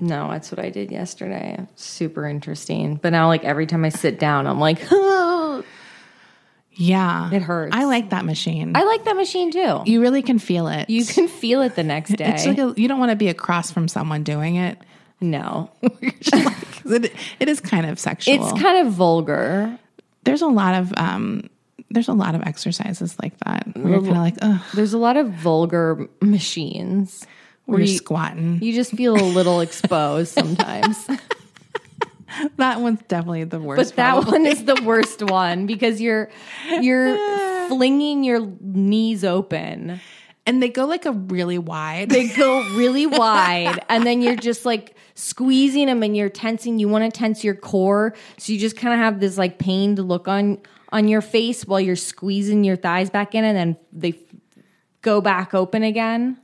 B: no, that's what I did yesterday. Super interesting. But now like every time I sit down, I'm (gasps) like, (laughs)
E: Yeah.
B: It hurts.
E: I like that machine.
B: I like that machine too.
E: you really can feel it.
B: You can feel it the (laughs) next day.
E: it's like a, you don't want to be across from someone doing it.
B: no.
E: You're just like- 'cause it, it is kind of sexual.
B: It's kind of vulgar.
E: there's a lot of um there's a lot of exercises like that. Where you're kind of like, ugh,
B: There's a lot of vulgar machines.
E: where you're
B: you-
E: squatting.
B: You just feel a
E: (laughs)
B: little exposed sometimes.
E: that one's definitely the worst.
B: But that
E: probably.
B: one is the worst one because you're you're flinging your knees open.
E: and they go like a really wide.
B: They go
E: (laughs)
B: really wide and then you're just like squeezing them and you're tensing. You want to tense your core, so you just kind of have this like pained look on on your face while you're squeezing your thighs back in and then they f- go back open again.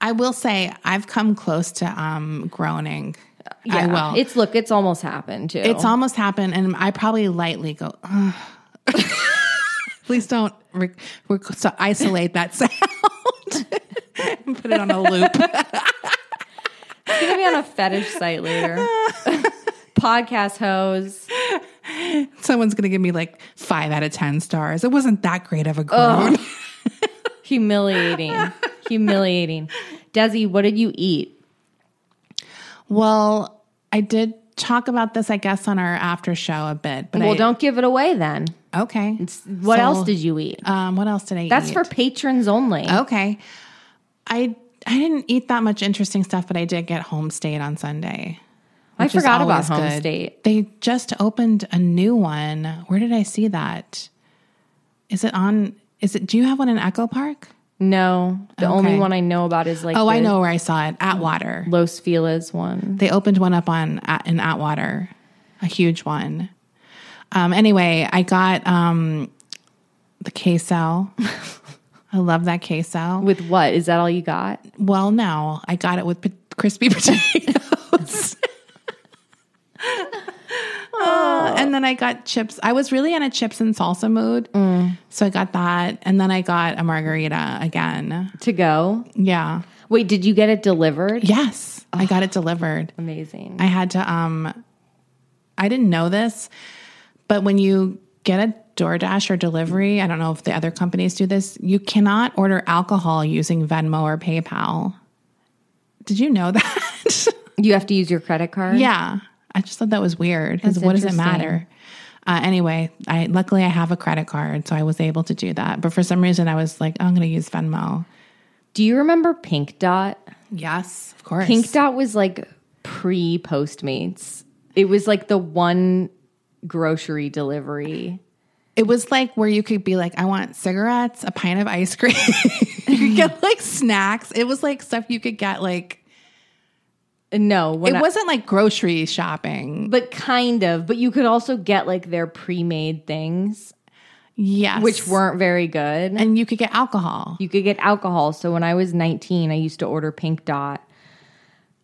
E: I will say I've come close to um groaning. I will. It's
B: It's look, it's almost happened too.
E: it's almost happened, and I probably lightly go. Ugh. (laughs) Please don't re- rec- so isolate that sound (laughs) and put it on a loop.
B: gonna be on a fetish site later. (laughs) Podcast hose.
E: Someone's gonna give me like five out of ten stars. It wasn't that great of a groan.
B: Humiliating. Humiliating. Desi, what did you eat?
E: Well, I did talk about this, I guess, on our after show a bit. But
B: Well,
E: I-
B: don't give it away then.
E: Okay.
B: What
E: So,
B: else did you eat?
E: Um, what else did I?
B: That's
E: eat?
B: for patrons only.
E: okay. I I didn't eat that much interesting stuff, but I did get home state on Sunday.
B: I
E: which is
B: forgot about
E: always
B: home
E: good.
B: state.
E: They just opened a new one. Where did I see that? Is it on? Is it? Do you have one in Echo Park?
B: No, the only one I know about is like
E: oh, I
B: the
E: know where I saw it. Atwater.
B: Los Feliz one.
E: They opened one up on at, in Atwater, a huge one. Um, anyway, I got um, the queso. (laughs) I love that queso.
B: With what is that? All you got?
E: Well, no, I got it with pot- crispy (laughs) potatoes. (laughs) Uh, and then I got chips. I was really in a chips and salsa mood. So I got that. And then I got a margarita again.
B: To go?
E: Yeah.
B: Wait, did you get it delivered?
E: Yes. I got it delivered.
B: Amazing.
E: I had to um I didn't know this, but when you get a DoorDash or delivery, I don't know if the other companies do this, you cannot order alcohol using Venmo or PayPal. Did you know (laughs) that?
B: You have to use your credit card.
E: yeah. I just thought that was weird because
B: That's
E: what does it
B: interesting.
E: matter? Uh, anyway, I luckily I have a credit card, so I was able to do that. But for some reason, I was like, "Oh, I'm going to use Venmo.
B: Do you remember Pink Dot?
E: Yes, of course.
B: Pink Dot was like pre Postmates. It was like the one grocery delivery.
E: It was like where you could be like, I want cigarettes, a pint of ice cream. (laughs) you could get like snacks. It was like stuff you could get like
B: No, when
E: it
B: I-
E: wasn't like grocery shopping.
B: but kind of. But you could also get like their pre-made things,
E: Yes.
B: which weren't very good.
E: and you could get alcohol.
B: You could get alcohol. So when I was 19, I used to order Pink Dot.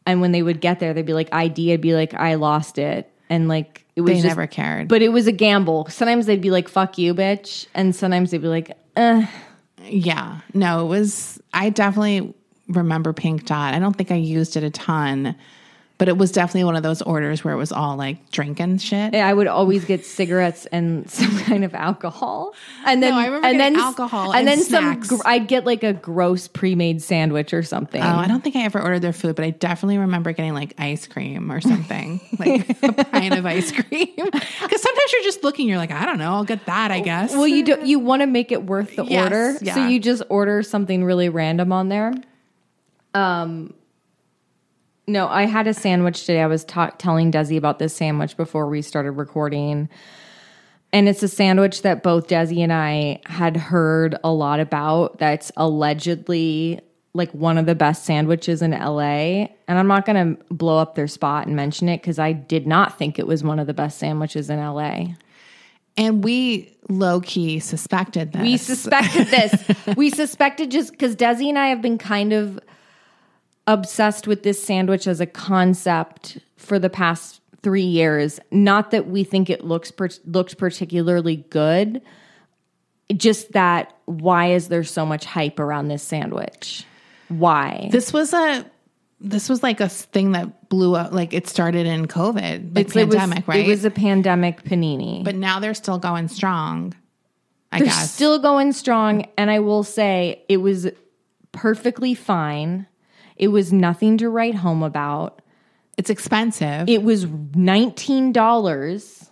B: And when they would get there, they'd be like, ID. I'd be like, I lost it. And like, it was
E: They
B: just-
E: never cared.
B: But it was a gamble. Sometimes they'd be like, fuck you, bitch. And sometimes they'd be like, eh.
E: yeah. No, it was I definitely remember Pink Dot. I don't think I used it a ton, but it was definitely one of those orders where it was all like drinking shit.
B: I would always get cigarettes and (laughs) some kind of alcohol. And then,
E: No, I remember
B: and then
E: getting alcohol and
B: then
E: snacks.
B: some, gr- I'd get like a gross pre made sandwich or something.
E: Oh, I don't think I ever ordered their food, but I definitely remember getting like ice cream or (laughs) something, like a pint of ice cream. (laughs) Because sometimes you're just looking, you're like, I don't know, I'll get that, I guess.
B: well, you don't. You want to make it worth the
E: Yes,
B: order, so
E: yeah.
B: you just order something really random on there. Um, no, I had a sandwich today. I was ta- telling Desi about this sandwich before we started recording, and it's a sandwich that both Desi and I had heard a lot about. That's allegedly like one of the best sandwiches in LA, and I'm not going to blow up their spot and mention it because I did not think it was one of the best sandwiches in LA.
E: and we low key suspected this.
B: We suspected
E: (laughs)
B: this. we suspected just because Desi and I have been kind of obsessed with this sandwich as a concept for the past three years. Not that we think it looks per- looked particularly good, just that why is there so much hype around this sandwich? Why?
E: this was a. This was like a s- thing that blew up. Like it started in COVID, like
B: It's- it was-
E: pandemic, right?
B: It was a pandemic panini.
E: but now they're still going strong. I
B: They're
E: guess
B: still going strong. And I will say it was perfectly fine. It was nothing to write home about.
E: it's expensive,
B: It was $19.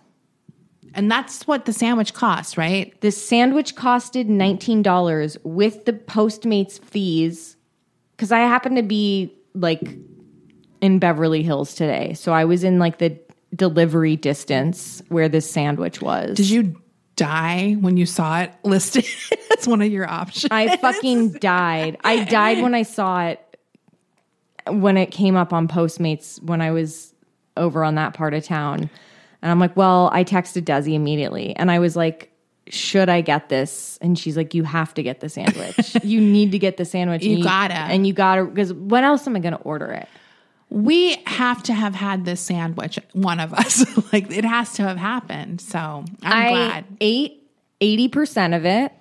E: and that's what the sandwich costs, right?
B: The sandwich costed $19 with the Postmates fees. Cause I happen to be like in Beverly Hills today. So I was in like the delivery distance where this sandwich was.
E: Did you die when you saw it listed (laughs) as one of your options?
B: I
E: (laughs)
B: fucking died. I died when I saw it when it came up on Postmates when I was over on that part of town. And I'm like, well, I texted Desi immediately and I was like, should I get this? And she's like, you have to get the sandwich.
E: (laughs)
B: you need to get the sandwich.
E: You
B: And
E: gotta.
B: And you gotta, because when else am I gonna order it?
E: we have to have had this sandwich, one of us. (laughs) like it has to have happened. So I'm
B: I
E: glad.
B: ate 80% of it.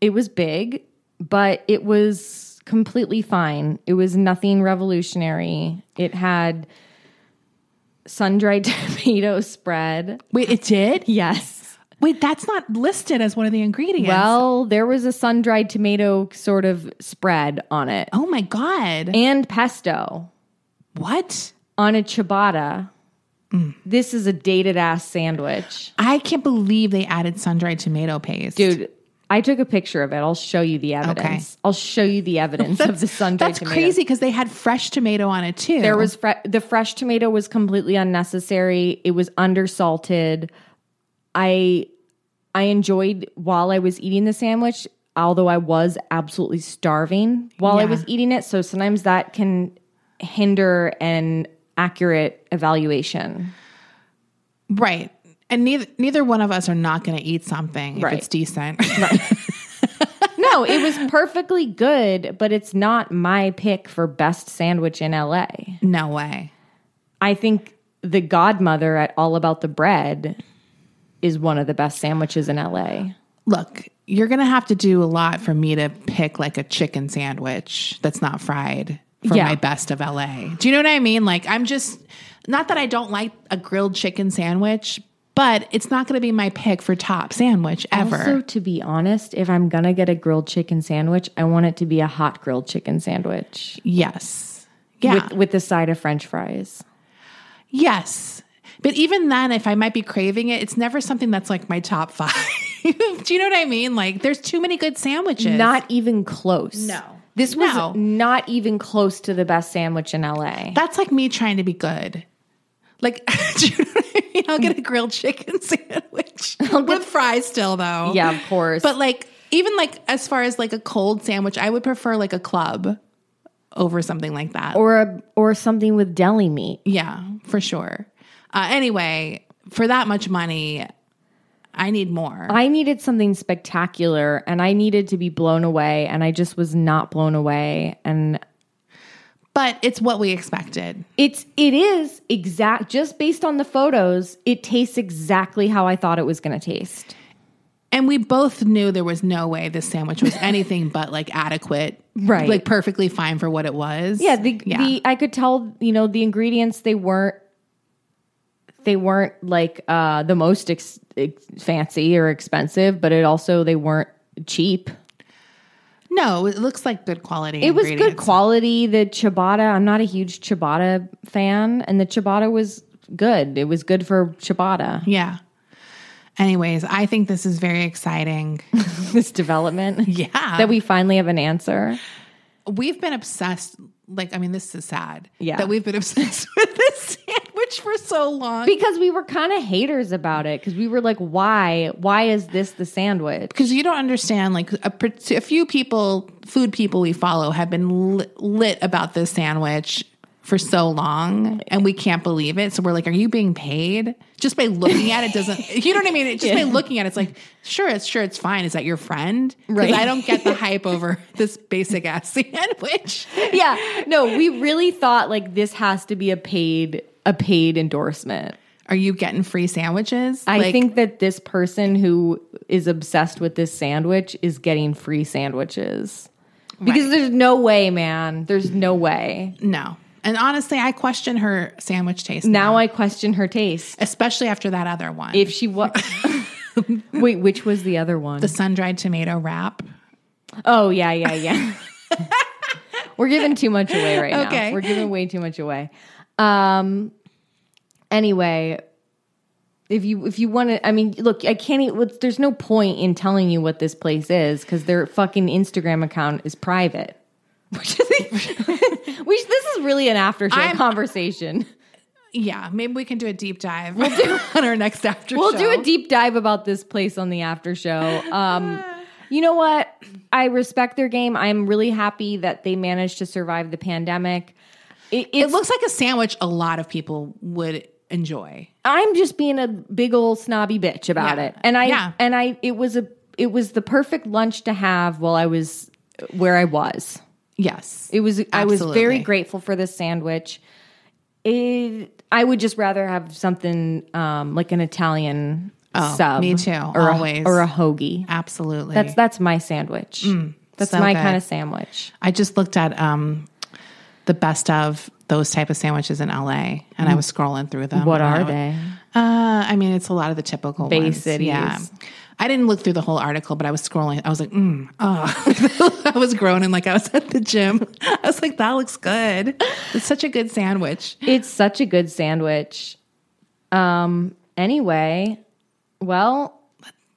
B: It was big, but it was completely fine. It was nothing revolutionary. It had sun dried (laughs) tomato spread.
E: Wait, it did?
B: Yes.
E: Wait, that's not listed as one of the ingredients.
B: Well, there was a sun dried tomato sort of spread on it
E: oh my God.
B: and pesto
E: what?
B: on a ciabatta.
E: Mm.
B: This is a dated ass sandwich.
E: I can't believe they added sun dried tomato paste.
B: Dude, I took a picture of it. I'll show you the evidence. I'll show you the evidence of the sun-dried
E: that's
B: tomato.
E: crazy because they had fresh tomato on it too.
B: There was fre- the fresh tomato was completely unnecessary. It was undersalted. I I enjoyed while I was eating the sandwich. although I was absolutely starving while I
E: Yeah.
B: was eating it. So sometimes that can hinder an accurate evaluation.
E: Right. And neither neither one of us are not going to eat something
B: Right.
E: if it's decent.
B: No, it was perfectly good, but it's not my pick for best sandwich in LA.
E: (laughs) no way.
B: I think the godmother at All About the Bread is one of the best sandwiches in LA.
E: Look, you're going to have to do a lot for me to pick like a chicken sandwich that's not fried for
B: Yeah.
E: my best of LA. Do you know what I mean? Like I'm just not that I don't like a grilled chicken sandwich, but it's not going to be my pick for top sandwich ever.
B: Also, to be honest, if I'm gonna get a grilled chicken sandwich, I want it to be a hot grilled chicken sandwich
E: yes. Yeah.
B: with with the side of French fries.
E: Yes. But even then, if I might be craving it, it's never something that's like my top (laughs) five. Do you know what I mean? Like, there's too many good sandwiches.
B: Not even close.
E: No.
B: this was
E: No.
B: not even close to the best sandwich in LA.
E: that's like me trying to be good. Like, (laughs) do you know what I mean? I'll get a grilled chicken (laughs) sandwich with fries still, though.
B: Yeah, of course.
E: But like, even like as far as like a cold sandwich, I would prefer like a club over something like that.
B: or a or something with deli meat.
E: Yeah, for sure. Uh, anyway, for that much money, I need more.
B: I needed something spectacular, and I needed to be blown away, and I just was not blown away, and
E: but it's what we expected.
B: It's it is exact just based on the photos, it tastes exactly how I thought it was going to taste.
E: And we both knew there was no way this
B: (laughs)
E: sandwich was anything but like adequate,
B: Right.
E: Like perfectly fine for what it was.
B: Yeah, the, the I could tell, you know, the ingredients they weren't they weren't like uh the most ex- ex- fancy or expensive, but it also they weren't cheap.
E: no, it looks like good quality.
B: It was good quality. The ciabatta, I'm not a huge ciabatta fan, and the ciabatta was good. It was good for ciabatta.
E: Yeah. Anyways, I think this is very exciting.
B: (laughs) this development.
E: (laughs) Yeah,
B: That we finally have an answer.
E: we've been obsessed. Like, I mean, this is sad.
B: Yeah.
E: that we've been (laughs) obsessed with this sandwich for so long.
B: because we were kind of haters about it because we were like why why is this the sandwich
E: because you don't understand like a, par- a few people food people we follow have been lit, lit about this sandwich for so long and we can't believe it so we're like are you being paid just by looking at it doesn't (laughs) you know what i mean It- just by looking at it, it's like sure it's sure it's fine is that your friend 'Cause
B: Right.
E: i don't get the hype over (laughs) this basic ass (laughs) sandwich
B: yeah no we really thought like this has to be a paid a paid endorsement
E: are you getting free sandwiches
B: i
E: Like,
B: think that this person who is obsessed with this sandwich is getting free sandwiches because there's no way man there's no way
E: no and honestly i question her sandwich taste now
B: now i question her taste
E: especially after that other one
B: if she was (laughs) wait which was the other one
E: the sun-dried tomato wrap
B: Oh yeah, yeah, yeah. (laughs) We're giving too much away right now.
E: Okay.
B: We're giving way too much away. Um anyway, if you if you want to I mean, look, I can't e- what's there's no point in telling you what this place is cuz their fucking Instagram account is private. (laughs) Which is (laughs) which this is really an after show
E: I'm-
B: conversation.
E: Yeah, maybe we can do a deep dive (laughs) on our next after
B: We'll
E: show.
B: do a deep dive about this place on the after
E: (laughs)
B: show. Um, you know what? I respect their game. I'm really happy that they managed to survive the pandemic. It, it's,
E: It looks like a sandwich a lot of people would enjoy.
B: I'm just being a big old snobby bitch about
E: Yeah.
B: it, and I
E: Yeah.
B: and I it was a it was the perfect lunch to have while I was where I was.
E: Yes.
B: It was I was very
E: Absolutely.
B: grateful for this sandwich. It, I would just rather have something um, like an Italian sub,
E: Oh, me too,
B: or a-
E: always.
B: or a hoagie.
E: Absolutely.
B: That's that's my sandwich. that's
E: Mm, so
B: my
E: good.
B: kind of sandwich.
E: I just looked at um, the best of those type of sandwiches in LA and I was scrolling through them.
B: What
E: and I
B: are
E: was-
B: they?
E: Uh, I mean, it's a lot of the typical
B: Bay
E: ones.
B: cities.
E: Yeah. I didn't look through the whole article, but I was scrolling. I was like, mm, oh. (laughs) I was groaning like I was at the gym. (laughs) I was like, that looks good. It's such a good sandwich.
B: It's such a good sandwich. Um. Anyway, well,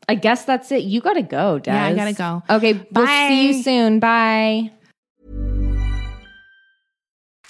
B: I guess that's it. You gotta go, Des.
E: Yeah, I gotta go.
B: Okay. We'll see you
E: Bye.
B: soon. Bye.